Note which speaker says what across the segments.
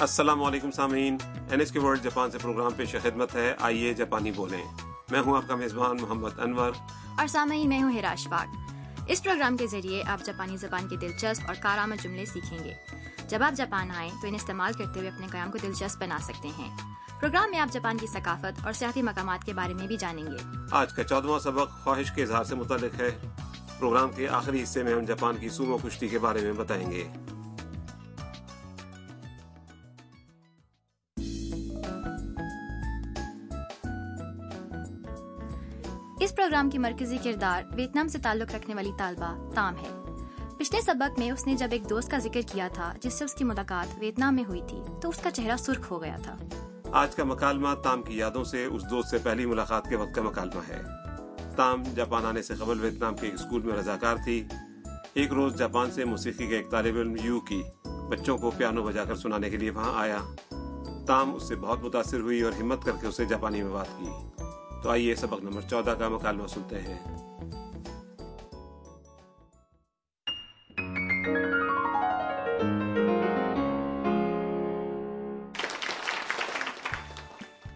Speaker 1: السلام علیکم سامعین N H K World Japan سے پروگرام پیش خدمت ہے آئیے جاپانی بولیں میں ہوں آپ کا میزبان محمد انور
Speaker 2: اور سامعین میں ہوں ہراش باغ اس پروگرام کے ذریعے آپ جاپانی زبان کے دلچسپ اور کارآمد جملے سیکھیں گے جب آپ جاپان آئیں تو انہیں استعمال کرتے ہوئے اپنے قیام کو دلچسپ بنا سکتے ہیں پروگرام میں آپ جاپان کی ثقافت اور سیاحتی مقامات کے بارے میں بھی جانیں گے
Speaker 1: آج کا چودواں سبق خواہش کے اظہار سے متعلق ہے پروگرام کے آخری حصے میں ہم جاپان کی سومو کشتی کے بارے میں بتائیں گے
Speaker 2: اس پروگرام کی مرکزی کردار ویتنام سے تعلق رکھنے والی طالبہ تام ہے پچھلے سبق میں اس نے جب ایک دوست کا ذکر کیا تھا جس سے اس کی ملاقات ویتنام میں ہوئی تھی تو اس کا چہرہ سرخ ہو گیا تھا
Speaker 1: آج کا مکالمہ تام کی یادوں سے اس دوست سے پہلی ملاقات کے وقت کا مکالمہ ہے تام جاپان آنے سے قبل ویتنام کے ایک اسکول میں رضاکار تھی ایک روز جاپان سے موسیقی کے ایک طالب علم یو کی بچوں کو پیانو بجا کر سنانے کے لیے وہاں آیا تام اس سے بہت متاثر ہوئی اور ہمت کر کے اسے جاپانی میں بات کی تو آئیے سبق نمبر چودہ کا مکالمہ سنتے ہیں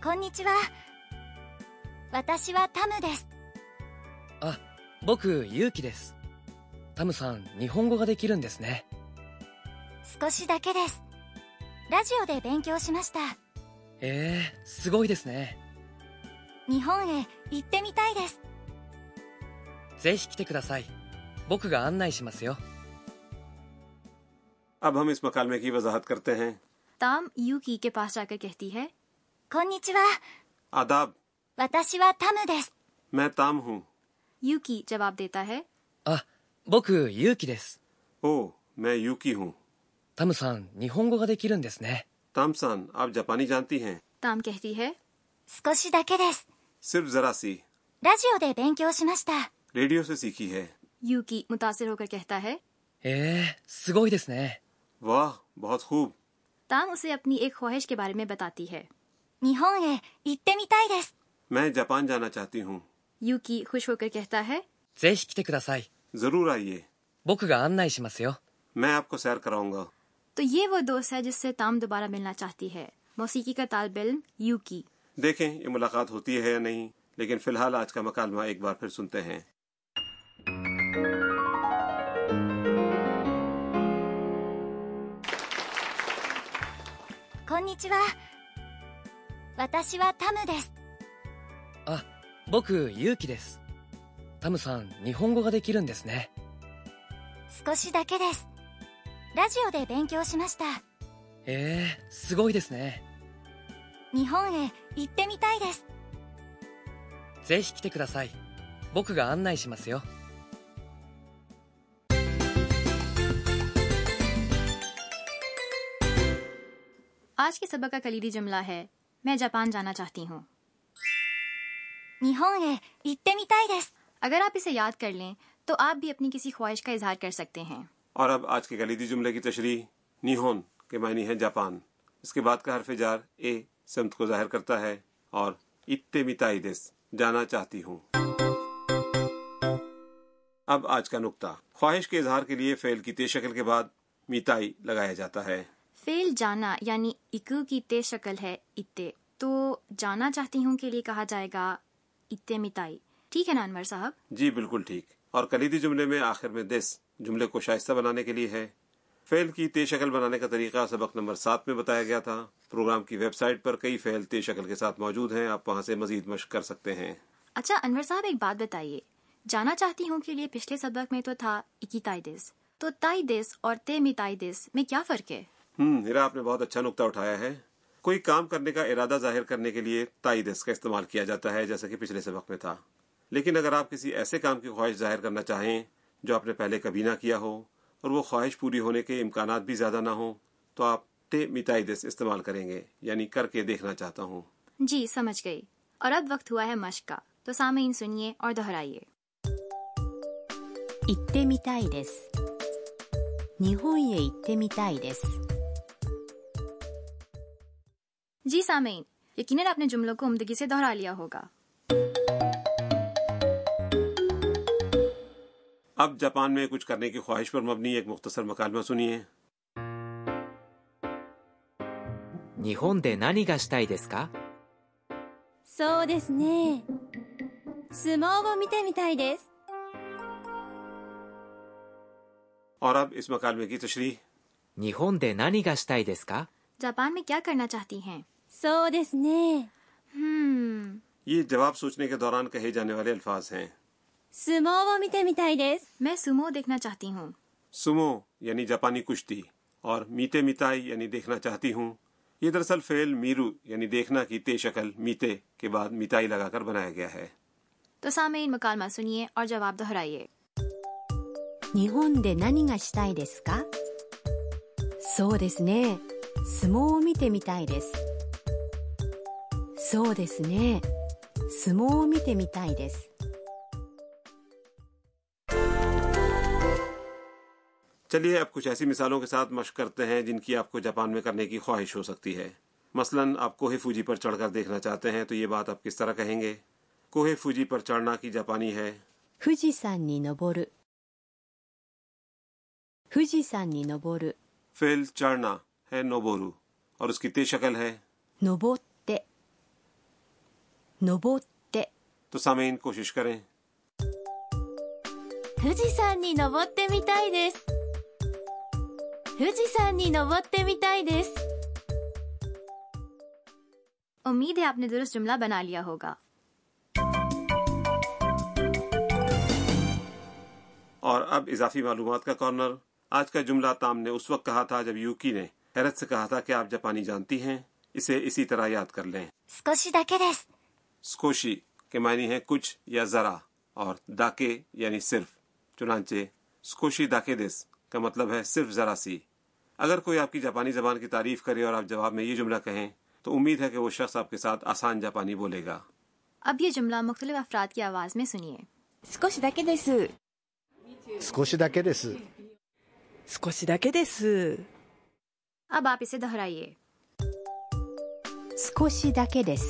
Speaker 3: こんにちは私はタムです
Speaker 4: 僕、ゆうきです。タムさん、日本語ができるんですね。
Speaker 3: 少しだけですラジオで勉強しました
Speaker 4: ええすごいですね。
Speaker 3: 日本へ行ってみたいです
Speaker 4: ぜひ来てください。僕が案内しますよ。
Speaker 1: اب ہم اس مکالمے کی وضاحت کرتے ہیں
Speaker 2: تام یو کی کے پاس جا کر کہتی ہے
Speaker 3: こんにちは
Speaker 1: آداب
Speaker 3: 私はタムです
Speaker 1: میں تام ہوں
Speaker 2: یو کی جواب دیتا ہے
Speaker 4: あ、僕、ゆうきです。
Speaker 1: او میں یو کی ہوں
Speaker 4: タムさん、日本語ができるんですね。
Speaker 1: تام سان آپ جاپانی جانتی ہیں
Speaker 2: تام کہتی ہے
Speaker 3: 少しだけです
Speaker 1: صرف ذرا سی
Speaker 3: ラジオで勉強しました
Speaker 1: ریڈیو سے سیکھی ہے
Speaker 2: یو کی متاثر ہو کر کہتا ہے
Speaker 4: ええすごいですね。
Speaker 1: واہ بہت خوب
Speaker 2: تام اسے اپنی ایک خواہش کے بارے میں بتاتی ہے
Speaker 3: 日本へ行ってみたいです
Speaker 1: میں جاپان جانا چاہتی ہوں
Speaker 2: یو کی خوش ہو کر کہتا ہے
Speaker 4: ぜひ来てください。
Speaker 1: ضرور آئیے
Speaker 4: 僕が案内しますよ。
Speaker 1: میں آپ کو سیر کراؤں گا
Speaker 2: تو یہ وہ دوست ہے جس سے تام دوبارہ ملنا چاہتی ہے موسیقی کا طالب علم یو کی
Speaker 1: دیکھیں یہ ملاقات ہوتی ہے یا نہیں لیکن فی الحال آج کا مکالمہ ایک بار پھر سنتے ہیں
Speaker 3: こんにちは私はタムです
Speaker 4: あ、僕、ゆうきです。タムさん、日本語ができるんですね。
Speaker 3: 少しだけですラジオで勉強しました
Speaker 4: ええすごいですね。
Speaker 3: 日本へ行ってみたいです
Speaker 4: ぜひ来てください。僕が案内しますよ。
Speaker 2: آج کے سبق کا کلیدی جملہ ہے میں جاپان جانا چاہتی ہوں
Speaker 3: 日本へ行ってみたいです
Speaker 2: اگر آپ اسے یاد کر لیں تو آپ بھی اپنی کسی خواہش کا اظہار کر سکتے ہیں
Speaker 1: اور اب آج کے کلیدی جملے کی تشریح نیہون کے معنی ہے جاپان اس کے بعد کا حرف جار اے سمت کو ظاہر کرتا ہے اور اتے متائی دس جانا چاہتی ہوں اب آج کا نقطہ خواہش کے اظہار کے لیے فعل کی تیز شکل کے بعد میتائی لگایا جاتا ہے
Speaker 2: فیل جانا یعنی اکو کی تیز شکل ہے اتے تو جانا چاہتی ہوں کے لیے کہا جائے گا اتے متائی ٹھیک ہے نانور صاحب
Speaker 1: جی بالکل ٹھیک اور کلیدی جملے میں آخر میں دس جملے کو شائستہ بنانے کے لیے ہے فعل کی تے شکل بنانے کا طریقہ سبق نمبر سات میں بتایا گیا تھا پروگرام کی ویب سائٹ پر کئی فعل تے شکل کے ساتھ موجود ہیں آپ وہاں سے مزید مشق کر سکتے ہیں
Speaker 2: اچھا انور صاحب ایک بات بتائیے جانا چاہتی ہوں کے لیے پچھلے سبق میں تو تھا اکی تائی دس تو تائی دس اور تے متائی دس میں کیا فرق ہے
Speaker 1: ہم ہیرا آپ نے بہت اچھا نقطہ اٹھایا ہے کوئی کام کرنے کا ارادہ ظاہر کرنے کے لیے تائیدس کا استعمال کیا جاتا ہے جیسا کہ پچھلے سبق میں تھا لیکن اگر آپ کسی ایسے کام کی خواہش ظاہر کرنا چاہیں جو آپ نے پہلے کبھی نہ کیا ہو اور وہ خواہش پوری ہونے کے امکانات بھی زیادہ نہ ہوں تو آپ ٹے متائیدس استعمال کریں گے یعنی کر کے دیکھنا چاہتا ہوں
Speaker 2: جی سمجھ گئی اور اب وقت ہوا ہے مشق کا تو سامعین سنیے اور دہرائیے
Speaker 5: 行ってみたいです日本へ行ってみたいです
Speaker 2: جی سامعین یقیناً آپ نے جملوں کو عمدگی سے دہرا لیا ہوگا
Speaker 1: اب جاپان میں کچھ کرنے کی خواہش پر مبنی ایک مختصر مکالمہ سنیے
Speaker 6: 日本で何がしたいですか
Speaker 7: そうですね相撲を見てみたいです
Speaker 1: اور اب اس مکالمے کی تشریح
Speaker 6: 日本で何がしたいですか
Speaker 2: जापान में क्या करना चाहती हैं
Speaker 7: そうですね
Speaker 2: हम्म
Speaker 1: یہ جواب سوچنے کے دوران کہے جانے والے الفاظ ہیں
Speaker 7: 相撲を見てみたいです
Speaker 2: मैं सुमो देखना चाहती हूँ
Speaker 1: سمو یعنی جاپانی کشتی اور میتے میتائی یعنی دیکھنا چاہتی ہوں یہ دراصل فعل میرو یعنی دیکھنا کی تے شکل میتے کے بعد میتائی لگا کر بنایا گیا ہے
Speaker 2: तो सामने मकालमा सुनिए और जवाब दोहराइए
Speaker 5: 日本で何がしたいですかそうですね相撲を見てみたいですそうですね相撲を見てみたいです
Speaker 1: چلیے اب کچھ ایسی مثالوں کے ساتھ مشق کرتے ہیں جن کی آپ کو جاپان میں کرنے کی خواہش ہو سکتی ہے مثلا آپ کوہ فوجی پر چڑھ کر دیکھنا چاہتے ہیں تو یہ بات آپ کس طرح کہیں گے کوہ فوجی پر چڑھنا کی جاپانی ہے
Speaker 5: 富士山に登る富士山に登る
Speaker 1: فعل چڑھنا ہے نوبورو اور اس کی تے شکل ہے
Speaker 5: 登って登って
Speaker 1: تو سامعین کوشش کریں
Speaker 7: 富士山に登ってみたいです富士山に登ってみたいです
Speaker 2: उम्मीद है आपने दुरुस्त जुमला बना लिया होगा
Speaker 1: اور اب اضافی معلومات کا کارنر آج کا جملہ تام نے اس وقت کہا تھا جب یوکی نے حیرت سے کہا تھا کہ آپ جاپانی جانتی ہیں اسے اسی طرح یاد کر لیں
Speaker 3: 少しだけです
Speaker 1: سکوشی کے معنی ہیں کچھ یا ذرا اور داکے یعنی صرف چنانچہ سکوشی داکے دس کا مطلب ہے صرف ذرا سی اگر کوئی آپ کی جاپانی زبان کی تعریف کرے اور آپ جواب میں یہ جملہ کہیں تو امید ہے کہ وہ شخص آپ کے ساتھ آسان جاپانی بولے گا
Speaker 2: अब ये जुमला मुख्तलिफ अफराद की आवाज़ में सुनिए
Speaker 5: 少しだけです
Speaker 8: 少しだけです
Speaker 9: 少しだけです
Speaker 2: अब आप इसे दोहराइए
Speaker 5: 少しだけです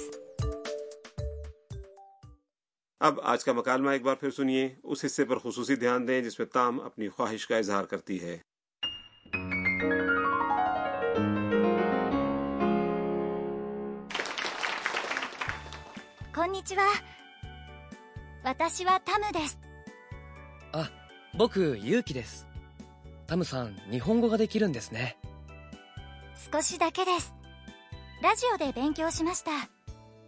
Speaker 1: اب آج کا مکالمہ ایک بار پھر سنیے اس حصے پر خصوصی دھیان دیں جس میں تام اپنی خواہش کا اظہار کرتی ہے
Speaker 3: こんにちは私はタムです
Speaker 4: あ、僕、ゆうきです。タムさん、日本語ができるんですね。
Speaker 3: 少しだけですラジオで勉強しました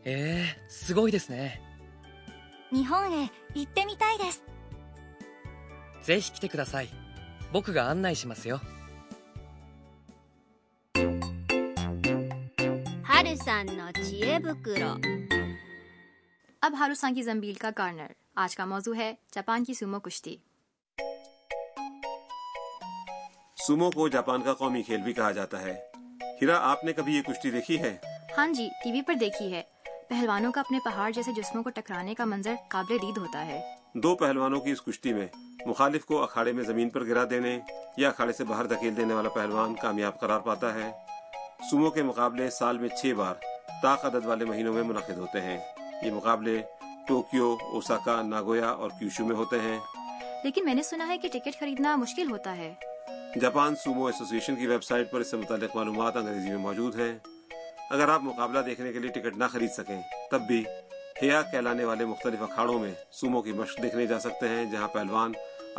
Speaker 4: ええすごいですね。
Speaker 3: 日本へ行ってみたいです
Speaker 4: ぜひ来てください。僕が案内しますよ。
Speaker 7: はるさんの知恵袋
Speaker 2: अब हारूसान की जम्बील का कॉर्नर आज का मौजू है जापान की सुमो कुश्ती
Speaker 1: سومو کو جاپان کا قومی کھیل بھی کہا جاتا ہے ہیرا آپ نے کبھی یہ کشتی دیکھی ہے
Speaker 2: हाँ जी टीवी पर देखी है पहलवानों का अपने पहाड़ जैसे जिस्मों को टकराने का मंजर काबिल दीद होता है
Speaker 1: دو پہلوانوں کی اس کشتی میں مخالف کو اکھاڑے میں زمین پر گرا دینے یا اکھاڑے سے باہر دھکیل دینے والا پہلوان کامیاب قرار پاتا ہے سومو کے مقابلے سال میں چھ بار طاق عدد والے مہینوں میں منعقد ہوتے ہیں یہ مقابلے ٹوکیو اوساکا ناگویا اور کیوشو میں ہوتے ہیں
Speaker 2: लेकिन मैंने सुना है कि टिकट खरीदना मुश्किल होता है
Speaker 1: جاپان سومو ایسوسیشن کی ویب سائٹ پر اس سے متعلق معلومات انگریزی میں موجود ہیں اگر آپ مقابلہ دیکھنے کے لیے ٹکٹ نہ خرید سکیں تب بھی ہیا کہلانے والے مختلف اکھاڑوں میں سومو کی مشق دیکھنے جا سکتے ہیں جہاں پہلوان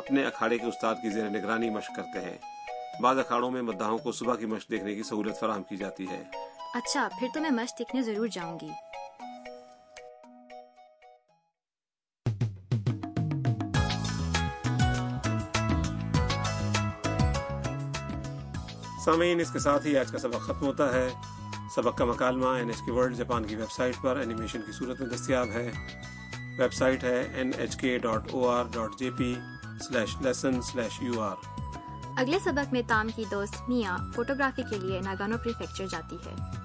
Speaker 1: اپنے اکھاڑے کے استاد کی زیر نگرانی مشق کرتے ہیں بعض اکھاڑوں میں مداحوں کو صبح کی مشق دیکھنے کی سہولت فراہم کی جاتی ہے
Speaker 2: अच्छा फिर तो मैं मस्त देखने जरूर जाऊंगी
Speaker 1: سامعین اس کے ساتھ ہی آج کا سبق ختم ہوتا ہے سبق کا مکالمہ N H K World Japan کی ویب سائٹ پر اینیمیشن کی صورت میں دستیاب ہے ویب سائٹ ہے N H K dot O R dot J P slash lesson slash U R
Speaker 2: अगले सबक में ताम की दोस्त मिया फोटोग्राफी के लिए नागानो प्रीफेक्चर जाती है